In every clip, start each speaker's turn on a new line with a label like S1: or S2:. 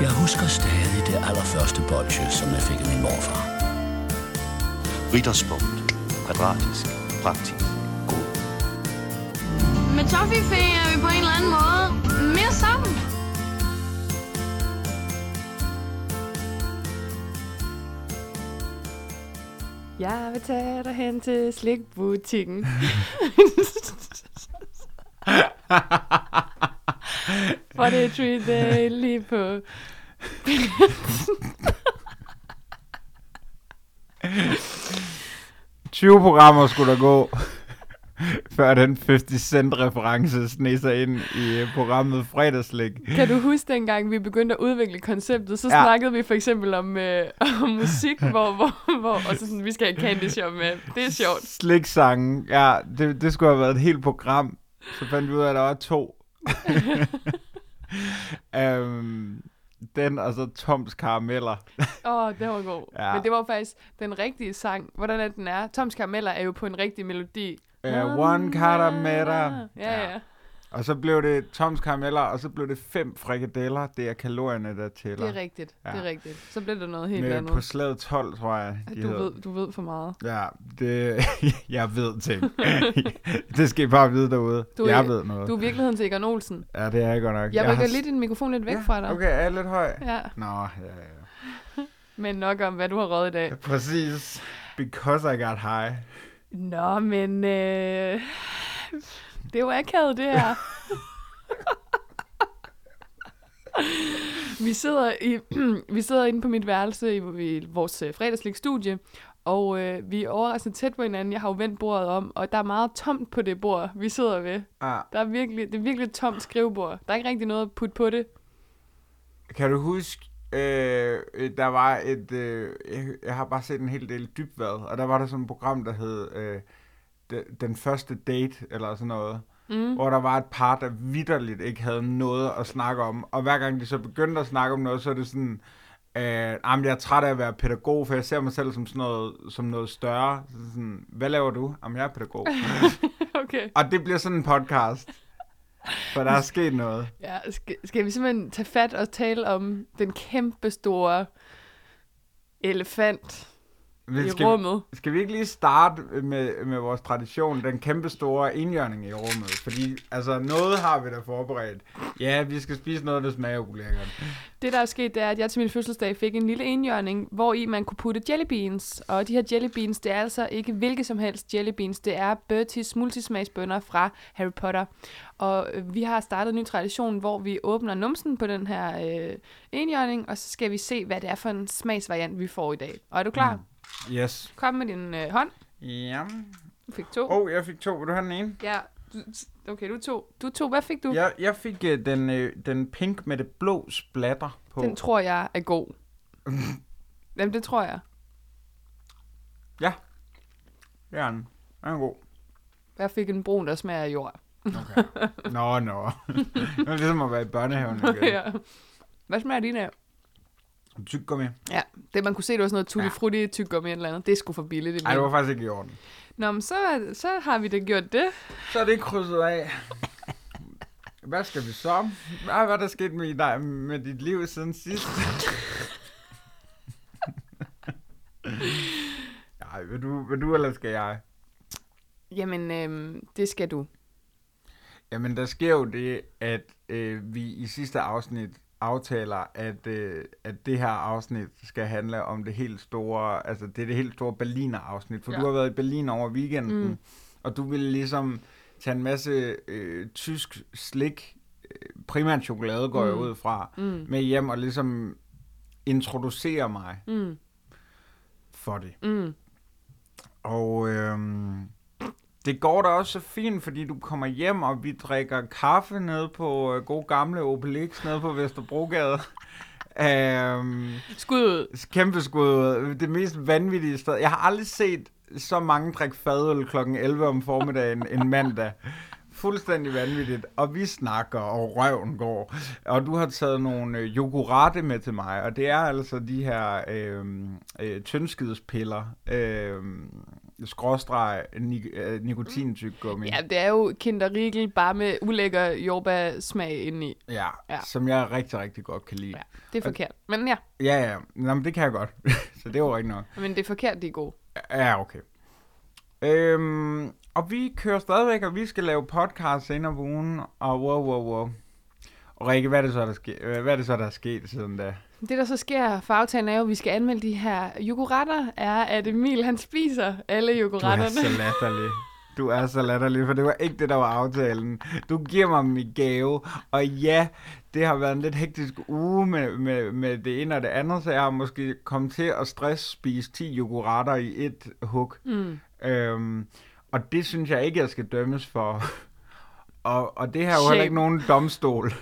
S1: Jeg husker stadig det allerførste bolsje, som jeg fik af min morfar.
S2: Ritterspunkt. Kvadratisk. Praktisk. God.
S3: Med Toffifee er vi på en eller anden måde mere sammen.
S4: Jeg vil tage dig hen til slikbutikken. For det er treat day lige på.
S5: Tyve programmer skulle der gå, før den 50 Cent-reference sneg sig ind i øh, programmet Fredagslæg.
S4: Kan du huske dengang, vi begyndte at udvikle konceptet, så
S5: Ja.
S4: ja. snakkede vi for eksempel om, øh, om musik, hvor, hvor, hvor og så sådan, vi skal have candy shop med. Det er sjovt.
S5: Sliksangen, ja, det, det skulle have været et helt program. Så fandt vi ud af, at der var to. øhm, den og så Toms Karameller.
S4: Åh, oh, det var god.
S5: Ja.
S4: Ja. Men det var faktisk den rigtige sang. Hvordan er den er? Toms Karameller er jo på en rigtig melodi. Øh,
S5: Uh, one Karamella.
S4: Ja, ja.
S5: Og så blev det Toms Karameller, og så blev det fem frikadeller. Det er kalorierne, der tæller.
S4: Det er rigtigt. Ja. Det er
S5: Ja.
S4: rigtigt. Så bliver det noget helt
S5: Med
S4: andet.
S5: på slaget 12, tror jeg, de
S4: Du
S5: hed.
S4: ved, du ved for meget.
S5: Ja, det, jeg ved ting. det skal I bare vide derude.
S4: Du
S5: Du,
S4: er-
S5: jeg ved noget.
S4: Du er i
S5: Du...
S4: virkeligheden til Egon Olsen.
S5: Ja, det er jeg godt nok.
S4: Jeg rykker
S5: har-
S4: lige din mikrofon lidt væk
S5: ja,
S4: fra dig.
S5: Okay, jeg er lidt høj.
S4: Ja,
S5: Nå, ja, ja.
S4: men nok om, hvad du har røget i dag.
S5: ja. Præcis. Because I got high.
S4: Nå, men øh... det er jo akavet, det her. vi, sidder i, vi sidder inde på mit værelse i, i vores øh, fredagslig studie, og øh, vi er overraskende tæt på hinanden. Jeg har jo vendt bordet om, og der er meget tomt på det bord, vi sidder ved.
S5: Ah,
S4: Der er virkelig, det er virkelig et tomt skrivebord. Der er ikke rigtig noget at putte på det.
S5: kan du huske, øh, der var et... Øh, jeg, jeg har bare set en hel del dybvad, og der var der sådan et program, der hed... Øh, de- den første date, eller sådan noget.
S4: Mm.
S5: hvor der var et par, der vidderligt ikke havde noget at snakke om. Og hver gang de så begyndte at snakke om noget, så er det sådan, øh, "Ah, men jeg er træt af at være pædagog, for jeg ser mig selv som, sådan noget, som noget større. Så sådan, hvad laver du? Jamen, jeg er pædagog.
S4: Okay.
S5: og det bliver sådan en podcast. For der er sket noget.
S4: Ja, skal, skal vi simpelthen tage fat og tale om den kæmpe store elefant
S5: Vi
S4: i
S5: skal,
S4: rummet?
S5: skal vi ikke lige starte øh, med, med vores tradition, den kæmpe store indjørning i rummet? Fordi altså, noget har vi da forberedt. Ja, vi skal spise noget, der smager ulækkert.
S4: Det, der er sket, det er, at jeg til min fødselsdag fik en lille enhjørning, hvor i man kunne putte jellybeans. Og de her jellybeans, det er altså ikke hvilke som helst jellybeans. Det er Bertie's multismagsbønder fra Harry Potter. Og øh, vi har startet en ny tradition, hvor vi åbner numsen på den her øh, enhjørning, og så skal vi se, hvad det er for en smagsvariant, vi får i dag. Og er du klar? Mm.
S5: Yes.
S4: Kom med din øh, hånd.
S5: Jamen.
S4: Du fik to.
S5: Åh, oh, jeg fik to. Vil du have den ene?
S4: Ja, du, okay, du to. Du to, hvad fik du?
S5: Jeg, jeg fik øh, den, øh, den pink med det blå splatter på.
S4: Den tror jeg er god. Jamen, det tror jeg.
S5: ja. Det er den. Den er god.
S4: Jeg fik en brun, der smager af jord.
S5: Okay. nå, nå. det er ligesom at være i børnehaven igen.
S4: ja. Hvad smager din af?
S5: Tyggegummi.
S4: Ja, det man kunne se, det var sådan noget tutti
S5: Ja.
S4: frutti tyggegummi eller andet. Det er sgu for billigt.
S5: Ej, det var
S4: var...
S5: faktisk ikke i orden.
S4: Nå, men så, så har vi da gjort det.
S5: Så er det krydset af. Hvad skal vi så? Hvad, hvad er der sket med, dig, med dit liv siden sidst? Ej, vil du, vil du eller skal jeg?
S4: Jamen, øhm, det skal du.
S5: Jamen, der sker jo det, at øh, vi i sidste afsnit aftaler, at, øh, at det her afsnit skal handle om det helt store, altså det er det helt store Berliner-afsnit, for ja.
S4: Ja.
S5: du har været i Berlin over weekenden, mm. og du ville ligesom tage en masse øh, tysk slik, øh, primært chokolade går mm. jeg ud fra, mm. med hjem og ligesom introducere mig
S4: Mm.
S5: for det.
S4: Mm.
S5: Og øhm, det går da også så fint, fordi du kommer hjem, og vi drikker kaffe nede på øh, god gamle Obelix nede på Vesterbrogade. øhm,
S4: Skud ud.
S5: kæmpe skud. Det mest vanvittige sted. Jeg har aldrig set så mange drikke fadøl kl. 11 om formiddagen en mandag. Fuldstændig vanvittigt. Og vi snakker, og røven går. Og du har taget nogle øh, yogurate med til mig, øhm, og det er altså de her øh, øh, tyndskidspiller. Øh, skråstreg nik- øh, nikotintyggegummi.
S4: Ja, det er jo Kinder Riegel, bare med ulækker jordbær-smag indeni.
S5: Ja,
S4: Ja.
S5: ja, som jeg rigtig, rigtig godt kan lide.
S4: Ja, det er forkert. Men ja,
S5: Ja, ja. Nå, men det kan jeg godt. så det var rigtig nok.
S4: men det er forkert, de er gode.
S5: Ja, okay. Øhm, og vi kører stadigvæk, og vi skal lave podcast senere på ugen, og wow, wow, wow. Og Rikke, hvad er det så, der, ske- øh, hvad er, det så, der er sket siden da?
S4: Det, der så sker for aftalen, er jo, at vi skal anmelde de her yoghurter, er, at Emil han spiser alle
S5: Du er så
S4: yoghurterne.
S5: latterlig. Du er så latterlig, for det var ikke det, der var aftalen. Du giver mig min gave, og ja, det har været en lidt hektisk uge med, med, med det ene og det andet, så jeg har måske kommet til at stressspise 10 yoghurter i et hug. Mm. Øhm, og det synes jeg ikke, jeg skal dømmes for. Og, og det her er jo
S4: Shame.
S5: heller ikke nogen domstol.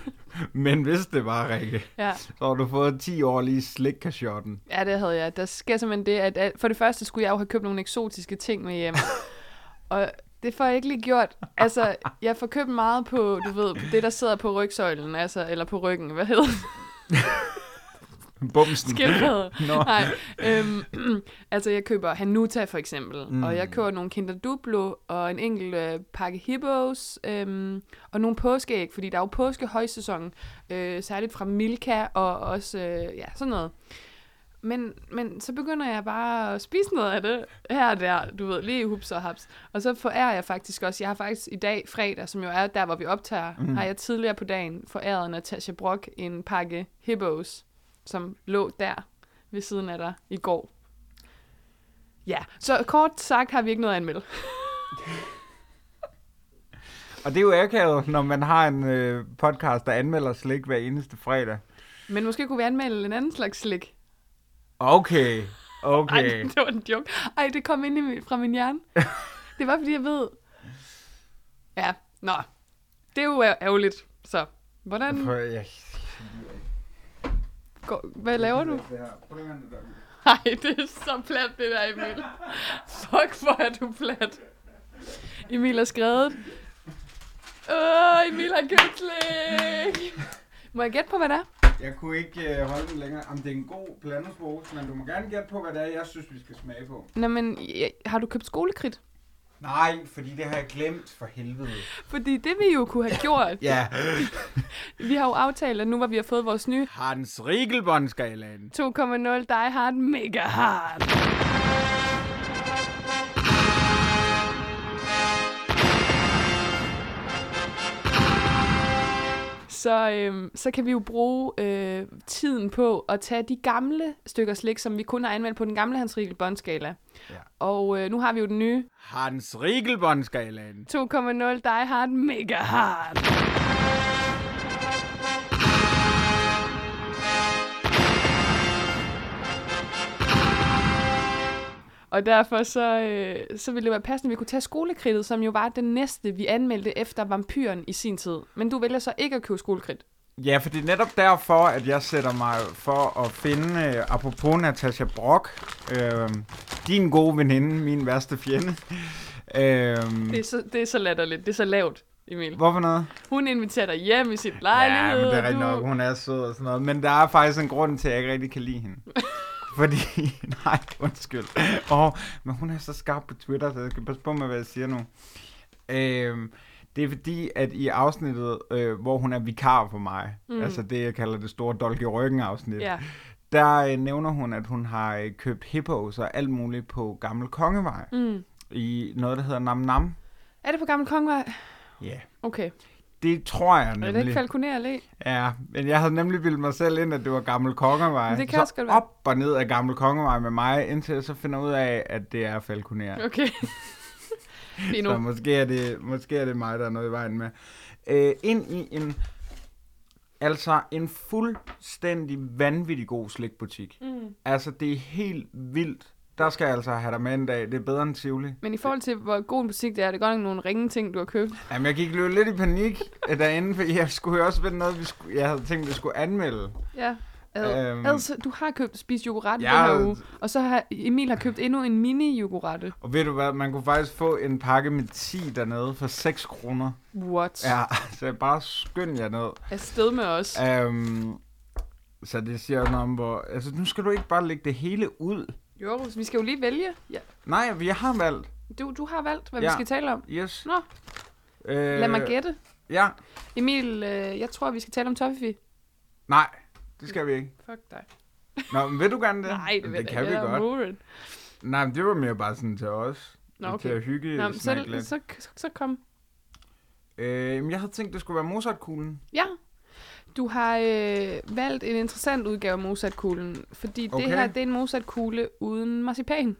S5: Men hvis det var, Rikke,
S4: Ja.
S5: så har du fået 10 år lige slikkashotten.
S4: ja, det havde jeg. Der sker simpelthen det, at- at for det første skulle jeg jo have købt nogle eksotiske ting med hjem. Og det får jeg ikke lige gjort. Altså, jeg får købt meget på, du ved, på det, der sidder på rygsøjlen, altså, eller på ryggen, hvad hedder det?
S5: Bumsen.
S4: Skildpadder.
S5: Nå.
S4: Nej. Øhm, altså, jeg køber Hanuta for eksempel, mm. og jeg køber nogle Kinder Duplo, og en enkelt øh, pakke Hippos, øhm, og nogle påskeæg, fordi der er jo påskehøjsæson, øh, særligt fra Milka, og også, øh, ja, sådan noget. Men, men så begynder jeg bare at spise noget af det her og der, du ved, lige hups og haps. Og så forærer jeg faktisk også, jeg har faktisk i dag fredag, som jo er der, hvor vi optager, mm. har jeg tidligere på dagen foræret Natasha Brock en pakke hippos, som lå der ved siden af dig i går. Ja, så kort sagt har vi ikke noget at anmelde.
S5: Og det er jo akavet, når man har en øh, podcast, der anmelder slik hver eneste fredag.
S4: Men måske kunne vi anmelde en anden slags slik.
S5: Okay,
S4: Ej,
S5: okay.
S4: det var en joke. Ej, det kom ind i min, fra min hjerne. Det var, fordi jeg ved... Ja, nå. Det er jo ær- ærgerligt. Så, hvordan...
S5: Prøv, jeg...
S4: Går, hvad laver du?
S5: Det her. Prøv lige at vente et øjeblik.
S4: Nej, det er så plat, det der, Emil. Fuck, hvor er du plat. Emil har skrevet. Åh, Emil har købt slik. Må jeg gætte på, hvad det er?
S5: Jeg kunne ikke øh, holde den længere. Jamen, det er en god blandingspose, men du må gerne gætte på, hvad det er, jeg synes, vi skal smage på.
S4: Nå, men ja, har du købt skolekridt?
S5: Nej, fordi det har jeg glemt for helvede.
S4: Fordi det vi jo kunne have gjort.
S5: Ja,
S4: Vi har jo aftalt, at nu hvor vi har fået vores nye
S5: Hans Riegelbåndskalaen.
S4: 2.0 Die Hard Mega Hard. Så, øhm, så kan vi jo bruge øh, tiden på at tage de gamle stykker slik, som vi kun har anvendt på den gamle Hans Riegel båndskala.
S5: Ja.
S4: Og øh, nu har vi jo den nye
S5: Hans Riegelbåndskalaen.
S4: 2.0 Die Hard Mega Hard. Og derfor så, øh, så ville det være passende, at vi kunne tage skolekridtet, som jo var den næste, vi anmeldte efter vampyren i sin tid. Men du vælger så ikke at købe skolekridt.
S5: Ja, for det er netop derfor, at jeg sætter mig for at finde, øh, apropos Natasha Brock, øh, din gode veninde, min værste fjende. Øh,
S4: Det er så, det er så latterligt. Det er så lavt, Emil.
S5: Hvorfor noget?
S4: Hun inviterer dig hjem i sit lejlighed.
S5: Ja, men det
S4: og
S5: er rigtigt
S4: du-
S5: nok. Hun er sød og sådan noget. Men der er faktisk en grund til, at jeg ikke rigtig kan lide hende. Fordi, nej, undskyld. Åh, men hun er så skarp på Twitter, så jeg skal passe på med, hvad jeg siger nu. Øhm, det er fordi, at i afsnittet, øh, hvor hun er vikar for mig, mm. altså det, jeg kalder det store dolk i ryggen afsnit,
S4: Ja.
S5: der øh, nævner hun, at hun har øh, købt hippos og alt muligt på Gammel Kongevej. Mm. I noget, der hedder Nam Nam.
S4: Er det på Gammel Kongevej?
S5: Ja, yeah.
S4: Okay.
S5: det tror jeg
S4: Er
S5: nemlig.
S4: det ikke Falconer Allé?
S5: Ja, men jeg havde nemlig bildt mig selv ind, at det var Gammel Kongevej.
S4: Men det kan
S5: så
S4: også godt være.
S5: op og ned af Gammel Kongevej med mig, indtil jeg så finder ud af, at det er Falconer.
S4: Okay. Lige nu.
S5: Så måske er, det, måske er det mig, der er noget i vejen med. Øh, ind i en, altså en fuldstændig vanvittig god slikbutik. Mm. Altså, det er helt vildt. Der skal jeg altså have dig med en dag. Det er bedre end Tivoli.
S4: Men i forhold til, hvor god en butik det er, er det godt nok nogle ringe ting, du har købt.
S5: Jamen, jeg gik løb lidt i panik øh, derinde, for jeg skulle jo også vende noget, vi skulle, jeg havde tænkt, vi skulle anmelde.
S4: Ja. Ad,
S5: Øhm.
S4: ad, så- du har købt spist yoghurt ja,
S5: Ja.
S4: den her uge, og så har Emil har købt endnu en mini yoghurt.
S5: Og ved du hvad, man kunne faktisk få en pakke med 10 dernede for 6 kroner.
S4: What?
S5: Ja, så jeg bare skynd jer ned.
S4: Afsted med os.
S5: Øhm, Um, så det siger også noget om, hvor... Altså, nu skal du ikke bare lægge det hele ud.
S4: Jo, vi skal jo lige vælge. Ja.
S5: Nej, vi har valgt.
S4: Du, du har valgt, hvad ja. vi
S5: Ja.
S4: skal tale om.
S5: Yes.
S4: Nå,
S5: Øh,
S4: lad mig gætte.
S5: Ja.
S4: Emil, øh, jeg tror, vi skal tale om Toffifee.
S5: Nej, det skal vi ikke.
S4: Fuck dig.
S5: Nå, men vil du gerne det?
S4: Nej, det,
S5: det kan vi godt.
S4: godt.
S5: Nej, men det var mere bare sådan til os.
S4: Nå,
S5: Til
S4: okay.
S5: at hygge
S4: Nå,
S5: Nå,
S4: men
S5: snakke
S4: så,
S5: lidt.
S4: så, så, så kom.
S5: Øh, men jeg havde tænkt, det skulle være Mozartkuglen.
S4: Ja. Du har øh, valgt en interessant udgave af Mozartkuglen, fordi okay.
S5: Okay.
S4: det her det er en Mozartkugle uden marcipan.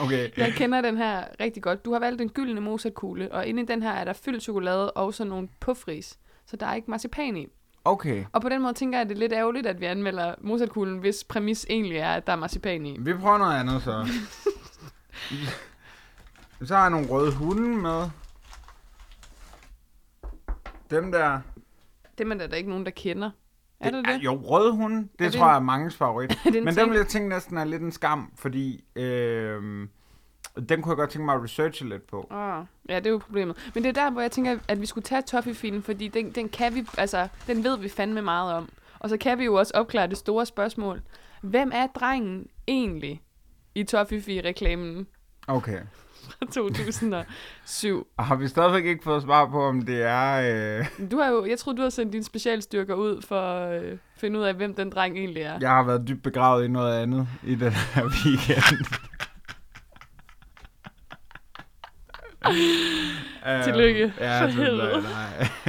S5: Okay.
S4: Jeg kender den her rigtig godt. Du har valgt den gyldne Mozartkugle, og inde i den her er der fyldt chokolade og sådan nogle puffris, så der er ikke marcipan i.
S5: Okay.
S4: Og på den måde tænker jeg, at det er lidt ærgerligt, at vi anmelder Mozartkuglen, hvis præmis egentlig er, at der er marcipan i.
S5: Vi prøver noget andet så. så har jeg nogle røde hunde med. Dem der.
S4: Det er der da ikke nogen, der kender. Er det
S5: Ah,
S4: det?
S5: Jo, røde hunde. Det,
S4: det
S5: tror
S4: en-
S5: jeg er mangens favorit.
S4: det en
S5: Men
S4: ting?
S5: den vil jeg tænke næsten er lidt en skam, fordi øh, den kunne jeg godt tænke mig at researche lidt på.
S4: Ah, ja, det er jo problemet. Men det er der, hvor jeg tænker, at vi skulle tage Toffifee-filmen, fordi den, den kan vi, altså, den ved vi fandme meget om. Og så kan vi jo også opklare det store spørgsmål. Hvem er drengen egentlig i Toffifee-reklamen
S5: Okay.
S4: fra 2007?
S5: Og har vi stadigvæk ikke fået svar på, om det er... Øh,
S4: Du har jo, jeg tror, du har sendt dine specialstyrker ud for at øh, finde ud af, hvem den dreng egentlig er.
S5: jeg har været dybt begravet i noget andet i den her weekend. Øhm,
S4: Tillykke.
S5: Ja,
S4: For
S5: tillykke.
S4: helvede.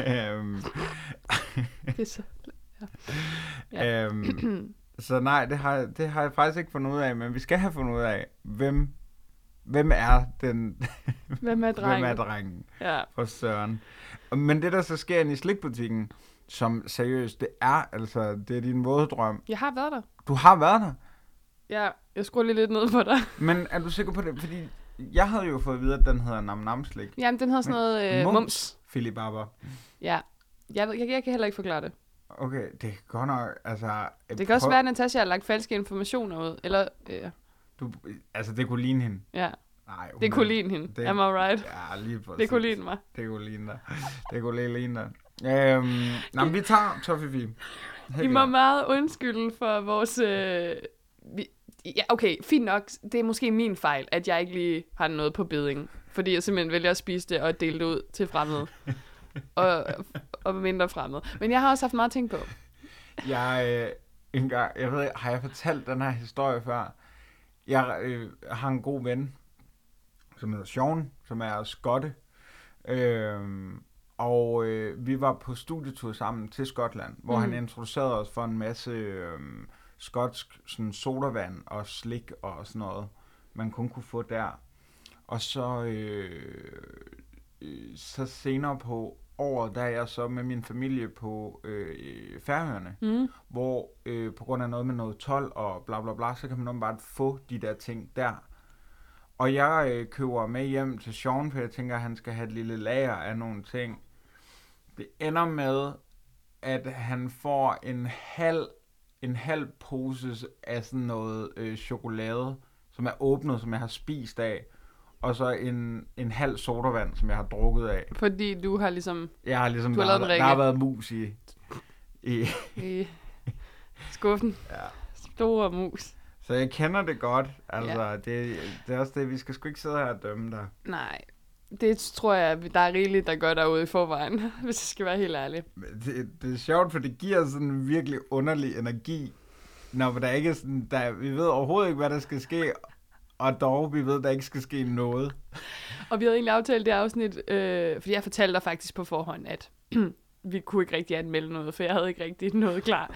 S5: Nej. Øhm,
S4: Det er så... Ja.
S5: øhm, så nej, det har, det har jeg faktisk ikke fundet ud af, men vi skal have fundet ud af, hvem, hvem er den...
S4: Hvem er
S5: Hvem
S4: drengen?
S5: er drengen?
S4: Ja.
S5: For søren. Men det, der så sker inde i slikbutikken, som seriøst, det er altså, det er din våde drøm.
S4: Jeg har været der.
S5: Du har været der,
S4: Ja, jeg skruer lige lidt ned for dig.
S5: men er du sikker på det? Fordi jeg havde jo fået at vide, at den hedder Nam Nam Slik.
S4: Jamen, den hedder sådan noget øh, mums.
S5: Mums.
S4: mums.
S5: Philip Barber.
S4: Ja. Jeg, ved- jeg, jeg kan heller ikke forklare det.
S5: Okay, det er godt nok, altså...
S4: Det kan også være, at Natasha har lagt falske informationer ud. Eller, øh,
S5: Du, altså, det kunne ligne hende.
S4: ja,
S5: Nej, hun
S4: det
S5: er-
S4: kunne ligne hende.
S5: det-
S4: Am I right?
S5: Ja, lige præcis.
S4: Det kunne ligne mig.
S5: Det kunne ligne dig. Det kunne lige ligne dig. Øhm, nej, men vi tager Toffifee.
S4: I må meget undskylde for vores... Øh, vi, ja, okay, fint nok. Det er måske min fejl, at jeg ikke lige har noget på beding. Fordi jeg simpelthen vælger at spise det og dele det ud til fremmede. og, og mindre fremmede. Men jeg har også haft meget ting på.
S5: Jeg, øh, en gang, jeg ved ikke, har jeg fortalt den her historie før? Jeg øh, har en god ven, som hedder Sean, som er skotte. Øh, og øh, vi var på studietur sammen til Skotland, hvor mm. han introducerede os for en masse øh, skotsk sådan sodavand og slik og sådan noget, man kun kunne få der. Og så, øh, øh, så senere på året, der er jeg så med min familie på øh, Færøerne, mm. hvor øh, på grund af noget med noget 12 og bla bla bla, så kan man bare få de der ting der. Og jeg øh, køber med hjem til Sean, for jeg tænker, at han skal have et lille lager af nogle ting. Det ender med, at han får en halv, en halv pose af sådan noget øh, chokolade, som er åbnet, som jeg har spist af, og så en, en halv sodavand, som jeg har drukket af.
S4: Fordi du har ligesom...
S5: Jeg har ligesom,
S4: Du har lavet
S5: der, har-
S4: en række.
S5: der har været mus i, i
S4: I øh, skuffen. Ja. Store mus.
S5: så jeg kender det godt. Altså, ja. det, det er også det, vi skal sgu ikke sidde her og dømme dig.
S4: Nej, det tror jeg, der er rigeligt, der gør derude i forvejen, hvis jeg skal være helt ærlig.
S5: Men Det, det er sjovt, for det giver sådan en virkelig underlig energi, når der ikke er sådan, der, vi ved overhovedet ikke, hvad der skal ske, og dog, vi ved, der ikke skal ske noget.
S4: Og vi havde egentlig aftalt det afsnit, øh, fordi jeg fortalte dig faktisk på forhånd, at vi kunne ikke rigtig anmelde noget, for jeg havde ikke rigtig noget klar.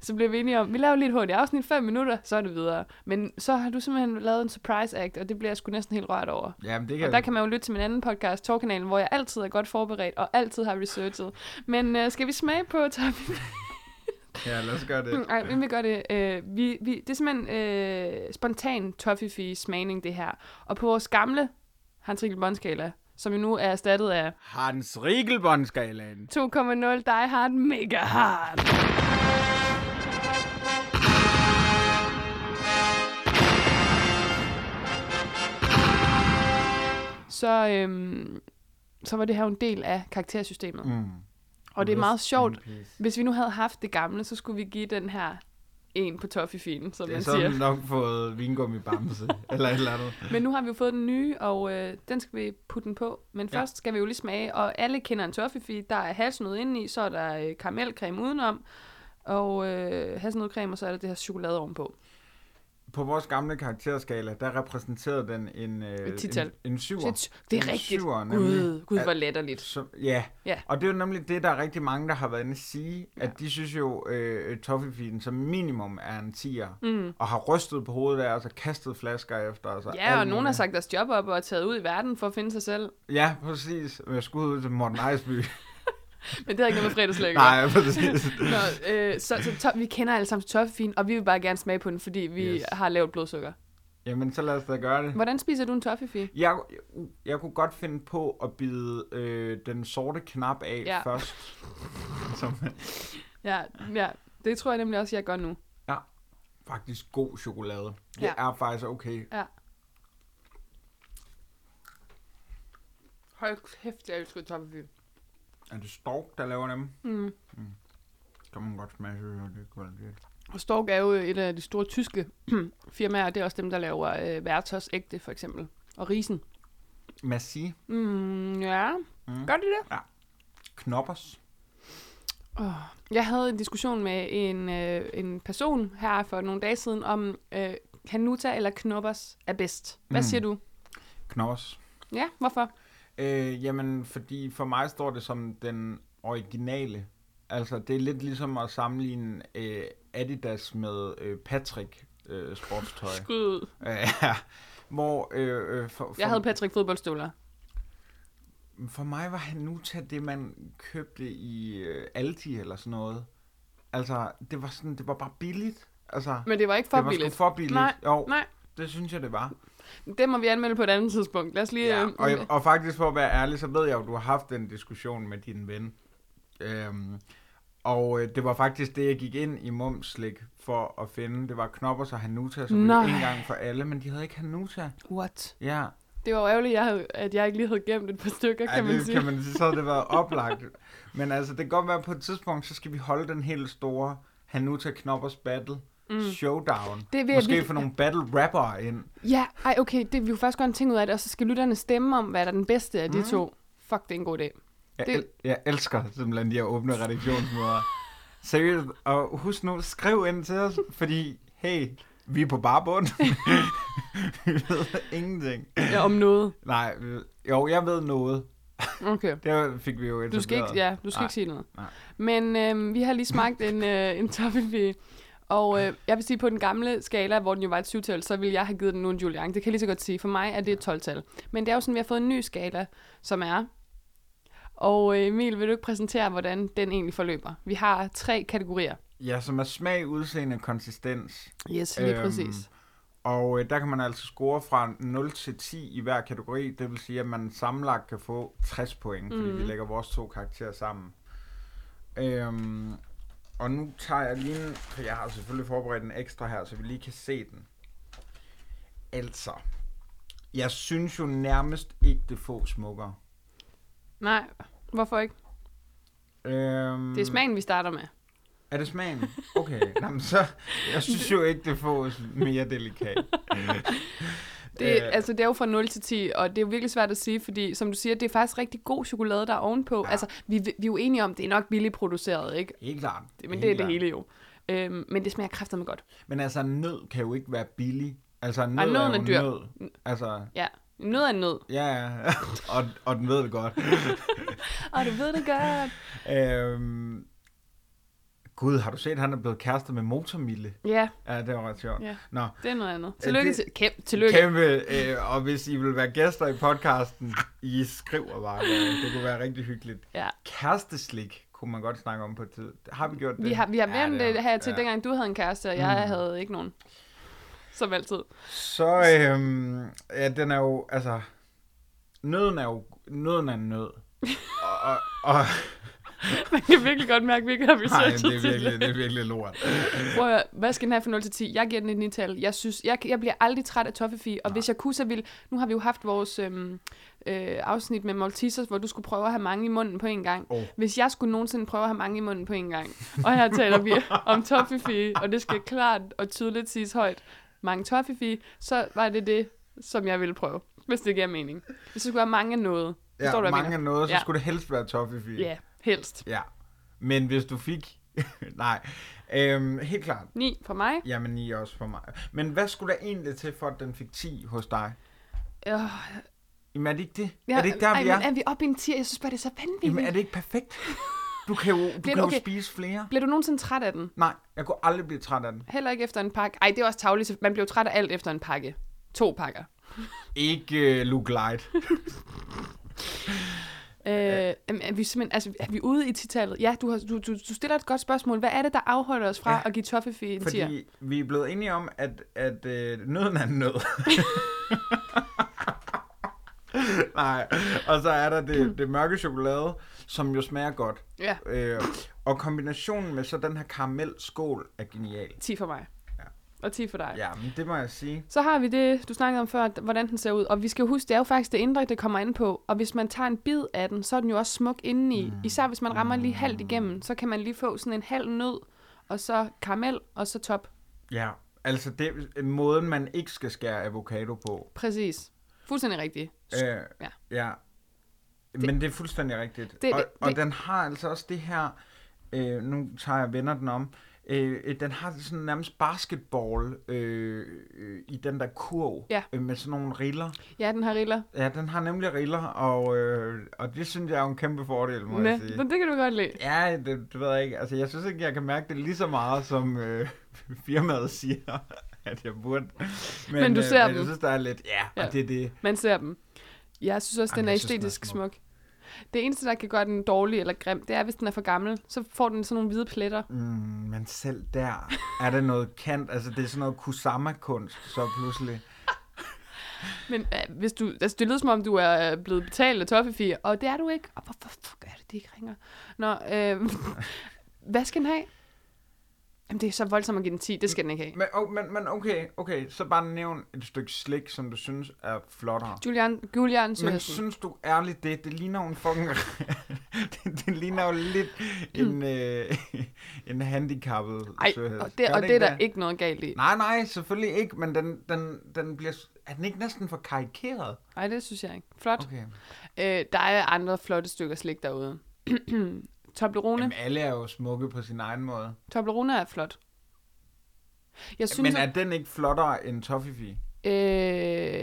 S4: Så blev vi enige om, vi laver lige et hurtigt afsnit, 5 minutter, så er det videre. Men så har du simpelthen lavet en surprise act, og det bliver jeg sgu næsten helt rørt over.
S5: Jamen, det
S4: Og der kan man jo lytte til min anden podcast, Torkanalen, hvor jeg altid er godt forberedt og altid har researchet. Men øh, skal vi smage på Toppy
S5: Ja, lad os gøre det.
S4: Mm, Ej, inden vi gør det, øh, vi, vi, det er simpelthen øh, spontan toffifee-smagning, det her. Og på vores gamle Hans Rikkel Bondskala, som jo nu er erstattet af
S5: Hans Riegelbåndskalaen.
S4: 2,0 Die Hard Mega Hard. Så, øhm, så var det her jo en del af karaktersystemet. Mm. Og det er meget sjovt, hvis vi nu havde haft det gamle, så skulle vi give den her en på toffifinen, som
S5: Det er
S4: man
S5: sådan
S4: siger.
S5: nok fået vingummi bamse, eller et eller andet.
S4: Men nu har vi jo fået den nye, og øh, den skal vi putte den på. Men
S5: Ja.
S4: først skal vi jo lige smage, og alle kender en toffefi. Der er hasselnød indeni, så er der øh, karamelcreme udenom, og øh, hasselnødcreme, og så er der det her chokolade ovenpå.
S5: På vores gamle karakterskala, der repræsenterede den en... Øh,
S4: Et tital.
S5: En, en
S4: Det,
S5: syver.
S4: er- det
S5: En
S4: er rigtigt.
S5: syver, nemlig.
S4: Gud, Gud,
S5: At-
S4: hvor latterligt.
S5: Så, ja.
S4: Ja.
S5: og det er jo nemlig det, der er rigtig mange, der har været inde at sige,
S4: Ja.
S5: ja. at de synes jo, øh, Toffifiden som minimum er en tiger,
S4: Mm.
S5: og har rystet på hovedet af os og kastet flasker efter os. og alt
S4: Ja, og nogen har
S5: muligt.
S4: sagt deres job op og er taget ud i verden for at finde sig selv.
S5: Ja, præcis. Jeg skulle ud til Morten Ejsby.
S4: Men det har ikke noget med fredagslæg.
S5: Nej, præcis.
S4: Nå, øh, så, så to, vi kender alle sammen toffefin, og vi vil bare gerne smage på den, fordi vi yes.
S5: Yes.
S4: har lavt blodsukker.
S5: Jamen, så lad os da gøre det.
S4: Hvordan spiser du en toffefi?
S5: Jeg, jeg, jeg kunne godt finde på at bide øh, den sorte knap af
S4: Ja.
S5: ja. først. Som
S4: Ja, ja, det tror jeg nemlig også, jeg gør nu.
S5: ja, faktisk god chokolade. Det
S4: Ja.
S5: ja. er faktisk okay.
S4: Ja. Hold kæft, jeg elsker toffefi.
S5: Er det Stork, der laver dem?
S4: Mm.
S5: Kan man godt smage, synes jeg, det er kvalitet.
S4: Og Stork er jo et af de store tyske firmaer, og det er også dem, der laver øh, Vertos ægte, for eksempel. Og risen.
S5: Massi.
S4: Mm, ja, mm.
S5: Mm.
S4: gør de det?
S5: Knoppers.
S4: Jeg havde en diskussion med en, øh, en person her for nogle dage siden, om øh, Hanuta eller Knoppers er bedst. Hvad mm.
S5: Mm.
S4: siger du?
S5: Knoppers.
S4: Ja, hvorfor?
S5: Øh, jamen, fordi for mig står det som den originale. Altså, det er lidt ligesom at sammenligne øh, Adidas med øh, Patrick øh, sportstøj.
S4: Gud.
S5: Øh, ja. Hvor, øh, øh, for, for,
S4: Jeg havde Patrick fodboldstøvler.
S5: for mig var han nu til det, man købte i øh, Aldi eller sådan noget. Altså, det var, sådan, det var bare billigt. Altså,
S4: Men det var ikke Mm, for
S5: det var
S4: billigt.
S5: Sgu for billigt.
S4: Nej,
S5: jo,
S4: nej.
S5: det synes jeg, det var.
S4: Det må vi anmelde på et andet tidspunkt. Lad os lige...
S5: Ja,
S4: øh,
S5: og, jeg- og faktisk for at være ærlig, så ved jeg jo, du har haft den diskussion med din ven. Øhm, og øh, det var faktisk det, jeg gik ind i Mumslik for at finde. Det var Knoppers og Hanuta, som
S4: Nej.
S5: blev en gang for alle, men de havde ikke Hanuta.
S4: What?
S5: Ja,
S4: Det var jo ærgerligt, jeg havde, at jeg ikke lige havde gemt et par stykker,
S5: Ej,
S4: kan man
S5: det,
S4: sige.
S5: kan man sige. Så havde det været oplagt. Men altså, det kan godt være, at på et tidspunkt, så skal vi holde den helt store Hanuta Knoppers Battle mm. Showdown.
S4: Det vil jeg
S5: Måske
S4: virkelig-
S5: få nogle battle rapper ind.
S4: Ja, ej, okay, det, vi kunne faktisk gøre en ting ud af det, og så skal lytterne stemme om, hvad der er den bedste af de mm. to. Fuck, det er en god idé.
S5: Jeg,
S4: Det-
S5: el- jeg elsker simpelthen de her åbne redaktionsmøder. Seriøst, og husk nu, skriv ind til os, fordi, hey, vi er på barbund. vi ved ingenting.
S4: Ja, om noget.
S5: Nej, vi- jo, jeg ved noget.
S4: Okay.
S5: Det fik vi jo etableret.
S4: Du skal ikke, ja, du skal
S5: Nej.
S4: ikke sige noget.
S5: Nej.
S4: Men øh, vi har lige smagt en, øh, en toffefi, og øh, jeg vil sige, på den gamle skala, hvor den jo var et 7-tal, så ville jeg have givet den nu en Julian. Det kan jeg lige så godt sige. For mig er det et 12-tal. Men det er jo sådan, vi har fået en ny skala, som er... Og øh, Emil, vil du ikke præsentere, hvordan den egentlig forløber? Vi har tre kategorier.
S5: Ja, som er smag, udseende, konsistens.
S4: Yes, lige øhm,
S5: Øhm,
S4: præcis.
S5: Og øh, der kan man altså score fra 0 til 10 i hver kategori. Det vil sige, at man sammenlagt kan få 60 point, fordi mm.
S4: Mhm.
S5: vi lægger vores to karakterer sammen. Øhm, og nu tager jeg lige en, for jeg har selvfølgelig forberedt en ekstra her, så vi lige kan se den. Altså, jeg synes jo nærmest ikke, det få smukkere.
S4: Nej, hvorfor ikke?
S5: Øhm,
S4: Det er smagen, vi starter med.
S5: Er det smagen? Okay, Nå, men så, jeg synes jo ikke, det fås mere delikat.
S4: Det,
S5: Øh,
S4: øh. altså, det er jo fra 0 til 10, og det er jo virkelig svært at sige, fordi som du siger, det er faktisk rigtig god chokolade, der er ovenpå. Ja. Altså, vi, vi er jo enige om, det er nok billigt produceret, ikke?
S5: Helt klart.
S4: Det- Men det er
S5: Helt
S4: det
S5: klart.
S4: hele jo. Øhm, men det smager kraftedeme godt.
S5: Men altså, nød kan jo ikke være billig. Altså, nød
S4: Ej,
S5: er,
S4: nødden
S5: jo
S4: er dyr.
S5: nød. Altså,
S4: Ja, noget er nød.
S5: ja, ja. og, og den ved det godt.
S4: Og du ved det godt.
S5: øhm, Gud, har du set, han er blevet kærester med Motormille?
S4: Ja,
S5: Ja, det var ret sjovt.
S4: Ja.
S5: Nå,
S4: det er noget andet. Tillykke
S5: det-
S4: til... Kæm, tillykke.
S5: kæmpe. Øh, og hvis I vil være gæster i podcasten, I skriver bare. Det, det kunne være rigtig hyggeligt.
S4: Ja.
S5: Kæresteslik kunne man godt snakke om på et tid. Har vi gjort det?
S4: Vi har, vi øh, har vendt
S5: det
S4: ja, det her til,
S5: ja.
S4: dengang du havde en kæreste, og jeg mm. havde ikke nogen. Som altid.
S5: Så, øhm, ja, den er jo, altså, nøden er jo, nøden er en nød. Og, og, og
S4: Man kan virkelig godt mærke, at vi ikke har
S5: Nej,
S4: researchet
S5: det er
S4: til
S5: virkelig, det er virkelig lort.
S4: Prøv at høre, hvad skal den her for 0 til 10? Jeg giver den et 9 tal. Jeg, synes, jeg, jeg bliver aldrig træt af Toffefee, og Nej. hvis jeg kunne, så ville... Nu har vi jo haft vores øhm, øh, afsnit med Maltesers, hvor du skulle prøve at have mange i munden på en gang.
S5: Åh.
S4: Hvis jeg skulle nogensinde prøve at have mange i munden på en gang, og her taler vi om Toffefee, og det skal klart og tydeligt siges højt, mange Toffefee, så var det det, som jeg ville prøve, hvis det giver mening. Hvis jeg skulle have mange af noget,
S5: Ja,
S4: forstår du, hvad jeg
S5: mange af
S4: mener?
S5: noget, så
S4: Ja.
S5: skulle det helst være toffefee.
S4: Ja, helst.
S5: Ja. Men hvis du fik... Nej. Øhm, helt klart.
S4: 9 for mig.
S5: Jamen, I er også for mig. Men hvad skulle der egentlig til, for at den fik 10 hos dig?
S4: Øh,
S5: Jamen, er det ikke det?
S4: ja,
S5: er det ikke der,
S4: ej,
S5: vi
S4: men
S5: er?
S4: er vi oppe i en tier? Jeg synes bare, det er så vanvittigt.
S5: Jamen, er det ikke perfekt? Du kan jo, du
S4: Bliver det
S5: kan jo
S4: okay?
S5: spise flere.
S4: Bliver du nogensinde træt af den?
S5: Nej, jeg kunne aldrig blive træt af den.
S4: Heller ikke efter en pakke. Ej, det er også tavligt. Man bliver jo træt af alt efter en pakke. To pakker.
S5: Ikke uh, Luke Light.
S4: Øh, jamen, er vi simpelthen, altså, er vi ude i titallet? Ja, du, har, du, du, du stiller et godt spørgsmål. Hvad er det, der afholder os fra
S5: Ja,
S4: ja, at give Toffefee en tier?
S5: Fordi vi er blevet enige om, at, at øh, nøden er en nød. Nej, og så er der det, det mørke chokolade, som jo smager godt.
S4: Ja,
S5: Øh, og kombinationen med så den her karamelskål er genial.
S4: 10 for mig.
S5: Ja.
S4: Ja. Og 10 for dig.
S5: Ja, men det må jeg sige.
S4: Så har vi det, du snakkede om før, d- hvordan den ser ud. Og vi skal jo huske, det er jo faktisk det indre, det kommer ind på. Og hvis man tager en bid af den, så er den jo også smuk indeni. Mm. Især hvis man rammer lige
S5: Mm.
S4: halvt igennem, så kan man lige få sådan en halv nød, og så karamel, og så top.
S5: Ja, altså det er måden, man ikke skal skære avocado på.
S4: Præcis. Fuldstændig rigtigt.
S5: Øh,
S4: Ja.
S5: ja. Men det er fuldstændig rigtigt.
S4: det-
S5: og,
S4: det-
S5: og
S4: det-
S5: den har altså også det her, øh, nu tager jeg vender den om, øh, øh, den har sådan nærmest basketball øh, øh, i den der kurv
S4: Ja.
S5: øh, med sådan nogle riller.
S4: Ja, den har riller.
S5: Ja, den har nemlig riller, og, øh, og det synes jeg er en kæmpe fordel, må jeg
S4: Næ,
S5: sige.
S4: men det kan du godt lide.
S5: Ja, det, det ved jeg ikke. Altså, jeg synes ikke, jeg kan mærke det lige så meget, som øh, firmaet siger, at jeg burde. Men,
S4: Men du ser
S5: øh, men
S4: dem.
S5: jeg synes, der er lidt, ja, ja.
S4: Ja.
S5: og det er det.
S4: Man ser dem. Jeg synes også,
S5: Jamen,
S4: den er
S5: jeg synes, den er
S4: æstetisk
S5: smuk.
S4: smuk. Det eneste, der kan gøre den dårlig eller grim, det er, hvis den er for gammel. Så får den sådan nogle hvide pletter.
S5: Mm, men selv der er der noget kant. Altså, det er sådan noget kusama-kunst, så pludselig.
S4: Men øh, hvis du, altså, det lyder som om, du er øh, blevet betalt af Toffefee, og det er du ikke. Og hvorfor fuck er det, det ikke ringer? Nå, øh, hvad skal den have? Jamen, det er så voldsomt at give den 10. Det skal den ikke have.
S5: Men, oh, men, men okay, okay, så bare nævn et stykke slik, som du synes er flottere.
S4: Julian, Julian
S5: Men
S4: synes,
S5: synes du ærligt det? Det ligner jo en fucking... det, det ligner jo lidt en, øh, en handicappet
S4: Hmm. Ej,
S5: søhest.
S4: og
S5: Gør
S4: det, og det er der
S5: det?
S4: ikke noget galt i.
S5: Nej, nej, selvfølgelig ikke, men den, den, den bliver... Er den ikke næsten for karikeret?
S4: Nej, det synes jeg ikke. Flot.
S5: Okay.
S4: Øh, der er andre flotte stykker slik derude. Toblerone.
S5: Jamen, alle er jo smukke på sin egen måde.
S4: Toblerone er flot. Jeg synes,
S5: Men
S4: men
S5: er den ikke flottere end Toffifee?
S4: at,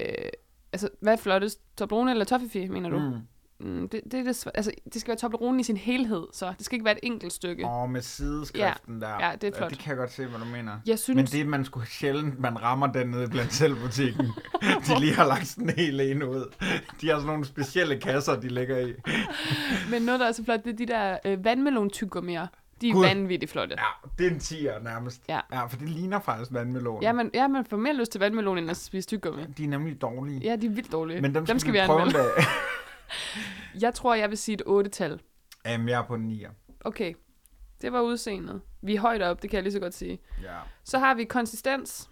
S4: øh, altså, hvad er flottest? Toblerone eller Toffifee, mener du? Mm.
S5: Mm.
S4: Mm, det, det, er det, sv- altså, det skal være Toblerone i sin helhed, så det skal ikke være et enkelt stykke. Oh.
S5: Åh, med sideskriften der.
S4: Ja, det er flot.
S5: Det kan jeg godt se, hvad du mener.
S4: Jeg synes,
S5: Men
S4: men det...
S5: det, man skulle sjældent, man rammer den nede blandt selvbutikken. de lige har lagt sådan en hel en ud. De har sådan nogle specielle kasser, de ligger i.
S4: men noget, der er så flot, det er de der øh, vandmelon-tyggegummier. De er
S5: Gud.
S4: vanvittigt flotte. Ja.
S5: Ja, det er en tiger nærmest.
S4: Ja.
S5: ja for det ligner faktisk vandmelon.
S4: Ja, man, ja, man får mere lyst til vandmelon, end at spise tyggegummi.
S5: De er nemlig dårlige.
S4: Ja, de er vildt dårlige.
S5: Men dem skal,
S4: vi
S5: prøve en
S4: anmelde.
S5: dag.
S4: Jeg tror, jeg vil sige et 8-tal.
S5: Jamen, jeg er på en nier.
S4: Okay, det var udseendet. Vi er højt op, det kan jeg lige så godt sige.
S5: Ja.
S4: Så har vi konsistens.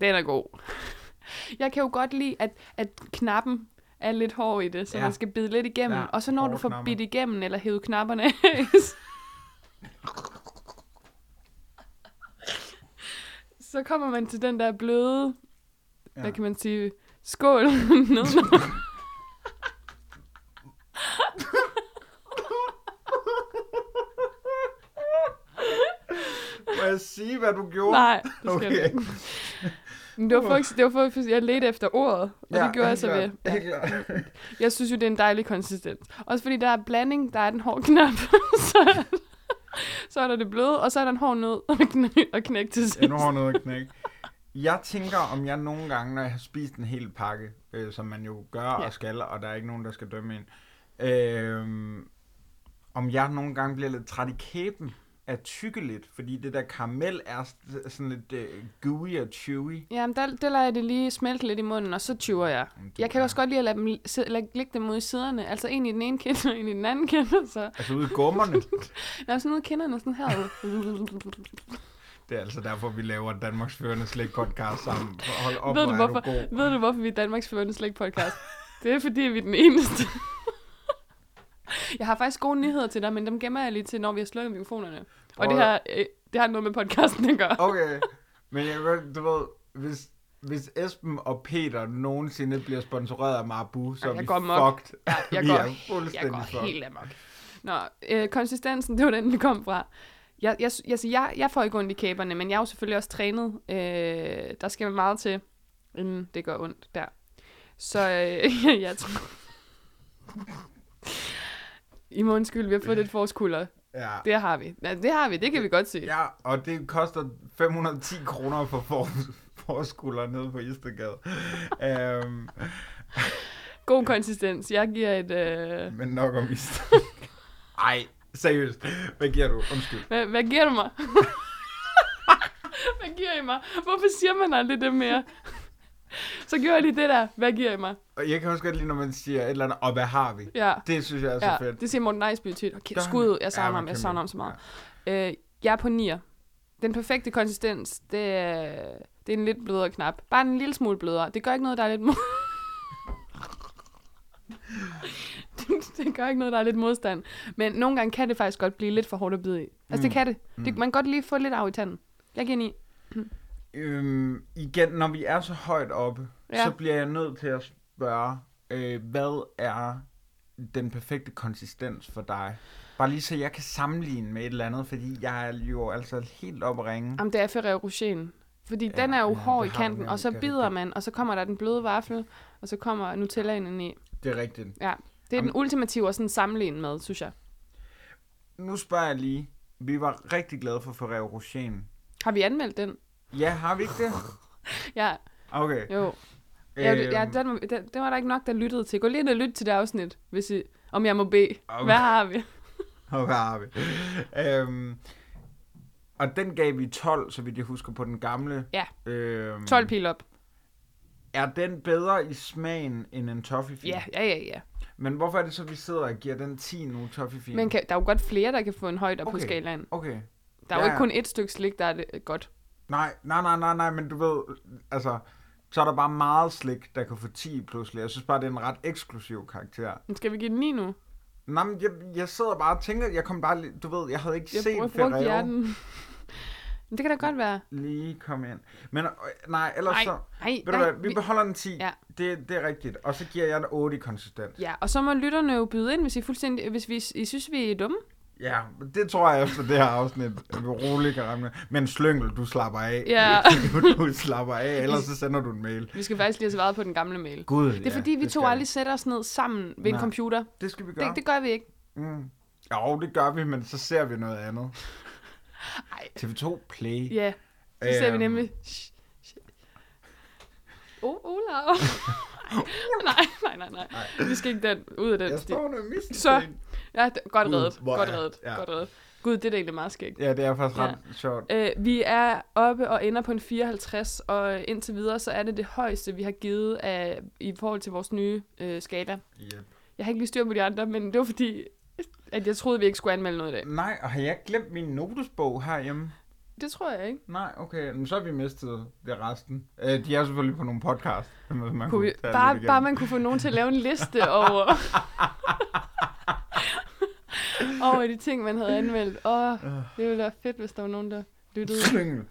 S4: Den er god. Jeg kan jo godt lide, at, at knappen er lidt hård i det, så
S5: Ja.
S4: ja. man skal bide lidt igennem.
S5: Ja,
S4: Ja, og så når
S5: hårde
S4: du får
S5: knapper.
S4: bidt igennem eller hævet knapperne af, så- så kommer man til den der bløde, ja.
S5: Ja.
S4: hvad kan man sige, skål nedenunder.
S5: Må jeg sige, hvad du gjorde?
S4: Nej, det skal okay. jeg
S5: okay.
S4: ikke. Men det var faktisk, det var faktisk, jeg ledte efter ordet, og ja, det gjorde jeg så ved.
S5: Ja.
S4: Ja.
S5: helt klart. Helt klart.
S4: Jeg synes jo, det er en dejlig konsistens. Også fordi der er blanding, der er den hårde knap, så, så er der det bløde, og så er der en hård nød og knæk, og knæk til sidst.
S5: Ja, nu har jeg noget at knække. Jeg tænker, om jeg nogle gange, når jeg har spist en hel pakke, øh, som man jo gør ja.
S4: Ja.
S5: og skal, øhm, og der er ikke nogen, der skal dømme en, øh, om jeg nogle gange bliver lidt træt i kæben er tykke lidt, fordi det der karamel er s- sådan lidt øh, gooey og chewy.
S4: Jamen, der, der lader jeg det lige smelte lidt i munden, og så tyver jeg.
S5: Jamen, du
S4: Jeg kan
S5: er-
S4: også godt lide at lade dem li- sidde- lade- ligge dem ude i siderne. Altså en i den ene kind og en i den anden kind. og Så.
S5: Altså ude i gummerne.
S4: Nå, sådan ude i kinderne, sådan herude.
S5: det er altså derfor, vi laver Danmarks Førende Slik Podcast sammen. Hold op,
S4: ved,
S5: hvor
S4: du,
S5: er du
S4: hvorfor,
S5: god.
S4: ved du, hvorfor vi er Danmarks Førende Slik Podcast? Det er, fordi vi er den eneste. jeg har faktisk gode nyheder til dig, men dem gemmer jeg lige til, når vi har slukket mikrofonerne. Og det
S5: Prøv at-
S4: her, øh, det har noget med podcasten at gøre.
S5: Okay, men jeg kan godt, du ved, hvis, hvis Esben og Peter nogensinde bliver sponsoreret af Marabu, så
S4: Ej,
S5: er
S4: jeg
S5: vi
S4: går amok.
S5: fucked.
S4: Ja, jeg
S5: vi
S4: går,
S5: er
S4: jeg
S5: fuldstændig
S4: går
S5: fucked.
S4: helt amok. Nå, øh, konsistensen, det var den, vi kom fra. Jeg, jeg, sy- altså, jeg, jeg får ikke ondt i kæberne, men jeg er jo selvfølgelig også trænet. Øh, der skal man meget til, inden det gør ondt der. Så øh, jeg tror... I må undskylde, vi har fået lidt forskulder.
S5: Ja.
S4: Det har vi. Ja, det har vi, det kan vi godt se.
S5: ja, og det koster 510 kroner for for, for skulder nede på Istegade. øhm,
S4: God konsistens. Jeg giver et... Øh...
S5: men nok om Istegade. Ej, seriøst. Hvad giver du? Undskyld.
S4: Hvad, hvad giver du mig? hvad giver I mig? Hvorfor siger man aldrig det mere? Så gjorde jeg lige det der. Hvad giver I mig?
S5: Og jeg kan også godt lide, når man siger et eller andet, og hvad har vi?
S4: Ja.
S5: Det synes jeg er så
S4: ja,
S5: fedt.
S4: det siger Morten Ejsby tit. Okay,
S5: Gør han
S4: skud, ud,
S5: det?
S4: jeg savner
S5: Ja,
S4: ham, jeg
S5: kæmpe.
S4: savner ham så meget. Øh, jeg er på nier. Den perfekte konsistens, det er, det er en lidt blødere knap. Bare en lille smule blødere. Det gør ikke noget, der er lidt... Mod... det, det gør ikke noget, der er lidt modstand. Men nogle gange kan det faktisk godt blive lidt for hårdt at bide i. Altså, mm. det kan det. det. Man kan godt lige få lidt af i tanden. Jeg giver ni.
S5: Øhm, igen, når vi er så højt oppe,
S4: Ja.
S5: ja. så bliver jeg nødt til at spørge, øh, hvad er den perfekte konsistens for dig? Bare lige så jeg kan sammenligne med et eller andet, fordi jeg er jo altså helt oppe at ringe.
S4: Jamen, det er Ferrero Rocher. Fordi ja,
S5: Ja,
S4: den er jo
S5: ja,
S4: hård i
S5: det har du
S4: kanten, og
S5: nemlig.
S4: så
S5: Det er
S4: bider
S5: rigtigt.
S4: man, og så kommer der den bløde vaffel, og så kommer Nutellaen indeni.
S5: Det er rigtigt.
S4: Ja, det er den ultimative at sådan sammenligne med, synes jeg.
S5: Nu spørger jeg lige, vi var rigtig glade for Ferrero Rocher.
S4: Har vi anmeldt den?
S5: Ja, har vi ikke det?
S4: Ja,
S5: Okay.
S4: jo. Ja, det-
S5: Øhm.
S4: ja den, var- den, den var der ikke nok, der lyttede til. Gå lige ind og lyt til det afsnit, hvis I, om jeg må bede.
S5: Om-
S4: Hvad har vi?
S5: Og hvad har vi? øhm, og den gav vi 12, så vidt jeg husker, på den gamle.
S4: Ja,
S5: Øhm,
S4: 12 pil op.
S5: Er den bedre i smagen end en toffee
S4: Ja, ja, ja, ja.
S5: Men hvorfor er det så, vi sidder og giver den 10 nu, toffee
S4: Men kan, der er jo godt flere, der kan få en højde okay. på
S5: Okay.
S4: skalaen.
S5: Okay.
S4: Der er jo
S5: Ja,
S4: ikke
S5: ja.
S4: kun et stykke slik, der er det øh, godt.
S5: Nej, nej, nej, nej, nej, men du ved, altså, så er der bare meget slik, der kan få 10 pludselig. Jeg synes bare, det er en ret eksklusiv karakter.
S4: Men Skal vi give den 9 nu?
S5: Nej, men jeg, jeg sidder bare og tænker, jeg kom bare, li- du ved, jeg havde ikke
S4: Jeg
S5: set
S4: bruger brugt
S5: Ferrero
S4: hjernen. Men det kan da godt være.
S5: lige komme ind. Men øh, nej, ellers
S4: Nej,
S5: så,
S4: nej, nej,
S5: ved du hvad, vi,
S4: vi-
S5: beholder den 10.
S4: Ja.
S5: Det, det er rigtigt. Og så giver jeg den 8 i konsistens.
S4: Ja, og så må lytterne jo byde ind, hvis I, fuldstændig, hvis vi, I synes, vi er dumme.
S5: Ja, men det tror jeg efter det her afsnit, at vi roligt kan ramme. Men slyngel, du slapper af.
S4: Ja.
S5: Du, du slapper af, ellers så sender du en mail.
S4: Vi skal faktisk lige have svaret på den gamle mail.
S5: Gud,
S4: Det er ja, fordi, vi to
S5: skal
S4: aldrig sætter os ned sammen ved en
S5: Nej.
S4: computer.
S5: Det skal vi gøre.
S4: Det, det gør vi ikke.
S5: Mm. Jo, det gør vi, men så ser vi noget andet.
S4: Ej.
S5: TV2 Play.
S4: Ja, det ser vi
S5: Øhm,
S4: nemlig. Shh, shh. Oh, Olav. nej, nej, nej, nej. Vi skal ikke den, ud af den.
S5: Jeg
S4: sti.
S5: står under misten.
S4: Så, ja, det- godt
S5: Gud,
S4: reddet,
S5: hvor
S4: godt
S5: er-
S4: reddet,
S5: ja.
S4: godt reddet. Gud, det er da egentlig meget skægt.
S5: Ja, det er faktisk
S4: Ja.
S5: ret sjovt.
S4: Øh, vi er oppe og ender på en 54, og øh, indtil videre, så er det det højeste, vi har givet af, i forhold til vores nye øh, skala.
S5: Yep.
S4: Jeg har ikke lige styr på de andre, men det var fordi, at jeg troede, vi ikke skulle anmelde noget i dag.
S5: Nej, og har jeg glemt min notesbog herhjemme?
S4: Det tror jeg ikke.
S5: Nej, okay. Men så har vi mistet det resten. Øh, de er selvfølgelig på nogle podcast. så Man man
S4: Kunne vi,
S5: tage
S4: bare,
S5: lidt igennem.
S4: bare man kunne få nogen til at lave en liste over, over de ting, man havde anmeldt. Åh, det ville være fedt, hvis der var nogen, der lyttede
S5: Slyngel.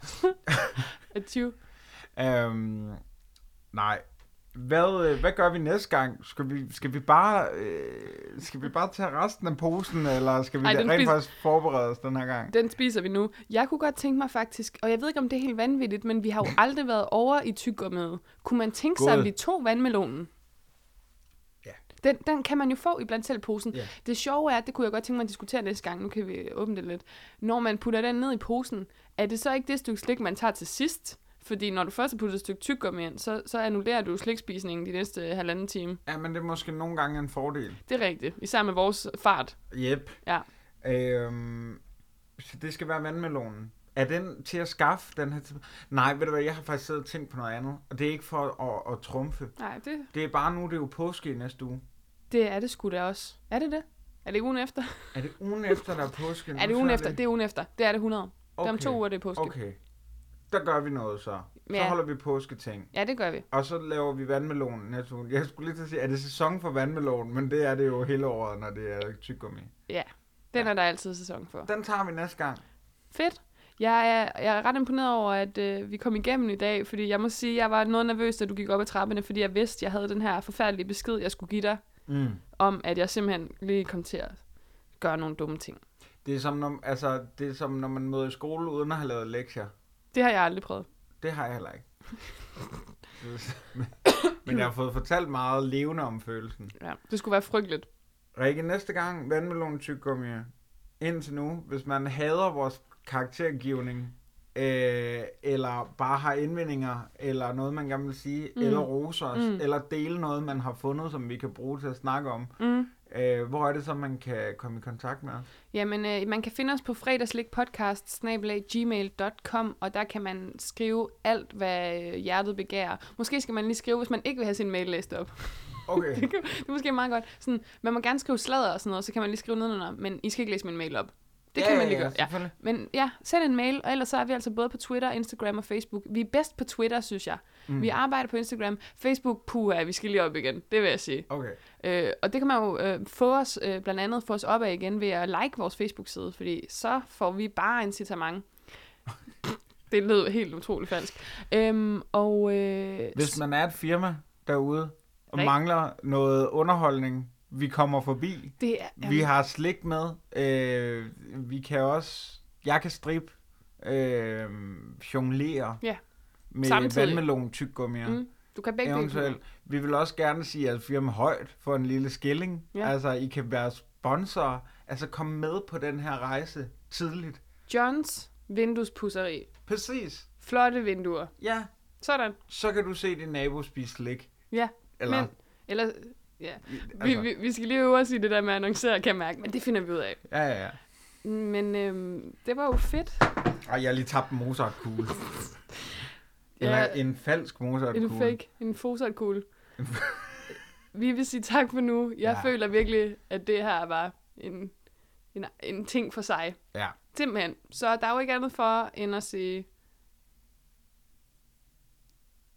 S4: af 20.
S5: Øhm, nej. Hvad, øh, hvad gør vi næste gang? Skal vi, skal vi bare øh, skal vi bare tage resten af posen, eller skal vi
S4: Ej,
S5: Ej,
S4: den
S5: rent
S4: spis-
S5: faktisk forberede os den her gang?
S4: Den spiser vi nu. Jeg kunne godt tænke mig faktisk, og jeg ved ikke, om det er helt vanvittigt, men vi har jo aldrig været over i tyggegummiet. Kunne man tænke sig,
S5: God.
S4: at vi tog vandmelonen?
S5: Ja.
S4: Den, den kan man jo få i blandt selv posen.
S5: Ja.
S4: Det sjove er, at det kunne jeg godt tænke mig at diskutere næste gang, nu kan vi åbne det lidt. Når man putter den ned i posen, er det så ikke det stykke slik, man tager til sidst? Fordi når du først har puttet et stykke tyggegummi ind, så, så annullerer du slikspisningen de næste halvanden time.
S5: Ja, men det er måske nogle gange en fordel.
S4: Det er rigtigt. Især med vores fart.
S5: Yep.
S4: Ja.
S5: Øhm, Så det skal være vandmelonen. Er den til at skaffe den her? til- Nej, ved du hvad, jeg har faktisk siddet og tænkt på noget andet. Og det er ikke for at, at, at trumfe.
S4: Nej, det,
S5: Det er bare nu, det er jo påske i næste uge.
S4: det er det sgu da også. Er det det? Er det ugen efter?
S5: Er det ugen efter, der er påske?
S4: Er det ugen efter? Det er ugen efter. Det er det 100. Okay. Det er om to uger, det er påske. Okay.
S5: Okay. Der gør vi noget så. Så
S4: Ja.
S5: holder vi påsketing.
S4: Ja, det gør vi.
S5: Og så laver vi vandmelonen næste uge. Jeg skulle lige til at sige, er det sæson for vandmelonen? Men det er det jo hele året, når det er tyggegummi.
S4: Ja, den er der altid sæson for.
S5: Den tager vi næste gang.
S4: Fedt. Jeg er, jeg er ret imponeret over, at øh, vi kom igennem i dag, fordi jeg må sige, jeg var noget nervøs, da du gik op ad trapperne, fordi jeg vidste, jeg havde den her forfærdelige besked, jeg skulle give dig,
S5: Mm.
S4: om at jeg simpelthen lige kom til at gøre nogle dumme ting.
S5: Det er, som når, altså, det er som når man møder i skole uden at have lavet lektier.
S4: Det har jeg aldrig prøvet.
S5: Det har jeg heller ikke. men, men jeg har fået fortalt meget levende om følelsen.
S4: Ja. Det skulle være frygteligt.
S5: Rikke, næste gang vandmelon tyggegummi. Indtil nu, hvis man hader vores karaktergivning, øh, eller bare har indvendinger, eller noget, man gerne vil sige, mm. eller rose os, mm. eller dele noget, man har fundet, som vi kan bruge til at snakke om,
S4: Mm.
S5: øh, hvor er det så, man kan komme i kontakt med os?
S4: Jamen, øh, man kan finde os på fredagslikpodcast.gmail.com, og der kan man skrive alt, hvad øh, hjertet begærer. Måske skal man lige skrive, hvis man ikke vil have sin mail læst op.
S5: Okay.
S4: Det, kan, det er måske meget godt. Sådan, man må gerne skrive sladder og sådan noget, så kan man lige skrive nedenunder, men I skal ikke læse min mail op. Det
S5: Ja,
S4: kan
S5: ja,
S4: man lige
S5: ja,
S4: gøre. Ja.
S5: selvfølgelig.
S4: Men ja, send en mail, og ellers så er vi altså både på Twitter, Instagram og Facebook. Vi er bedst på Twitter, synes jeg. Mm. Vi arbejder på Instagram. Facebook, puha, vi skal lige op igen. Det vil jeg sige.
S5: Okay.
S4: Øh, og det kan man jo øh, få os, øh, blandt andet få os op af igen ved at like vores Facebook-side, fordi så får vi bare incitament. det lød helt utroligt falsk. Øhm, og øh,
S5: Hvis man er et firma derude, og
S4: Rik-
S5: mangler noget underholdning, vi kommer forbi.
S4: det er,
S5: Vi har slik med. Øh, vi kan også... Jeg kan strip. Øh, jonglere.
S4: Ja.
S5: Med
S4: Samtidig.
S5: vandmelon tyggegummier. Mm,
S4: Mm, du kan begge dele.
S5: eventuelt. Vi vil også gerne sige jeres firma højt for en lille skilling.
S4: Ja.
S5: Ja. Altså, I kan være sponsorer. Altså, kom med på den her rejse tidligt.
S4: Johns vinduespusseri.
S5: Præcis.
S4: Flotte vinduer.
S5: Ja.
S4: Sådan.
S5: Så kan du se din nabo spise slik.
S4: Ja.
S5: Eller-
S4: Men, eller ja. Vi,
S5: altså-
S4: vi, vi skal lige øve os i det der med at annoncere, kan jeg mærke, men det finder vi ud af.
S5: Ja, ja, ja.
S4: Men øhm, det var jo fedt.
S5: Ej, jeg har lige tabt en Mozart-kugle. Eller
S4: Ja.
S5: en falsk Mozart-kugle.
S4: En fake, en fosatkugle. vi vil sige tak for nu. Jeg ja.
S5: Ja.
S4: føler virkelig, at det her var en, en, en ting for sig.
S5: Ja.
S4: Simpelthen. Så der er jo ikke andet for, end at sige...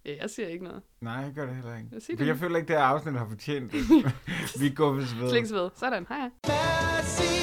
S4: Ja, jeg siger ikke noget.
S5: Nej, jeg gør det heller ikke.
S4: Jeg siger det
S5: For jeg
S4: nu.
S5: føler ikke, det her afsnit har fortjent det. Vi går ved.
S4: Slikkes ved. Sådan, hej. hej.
S6: Fancy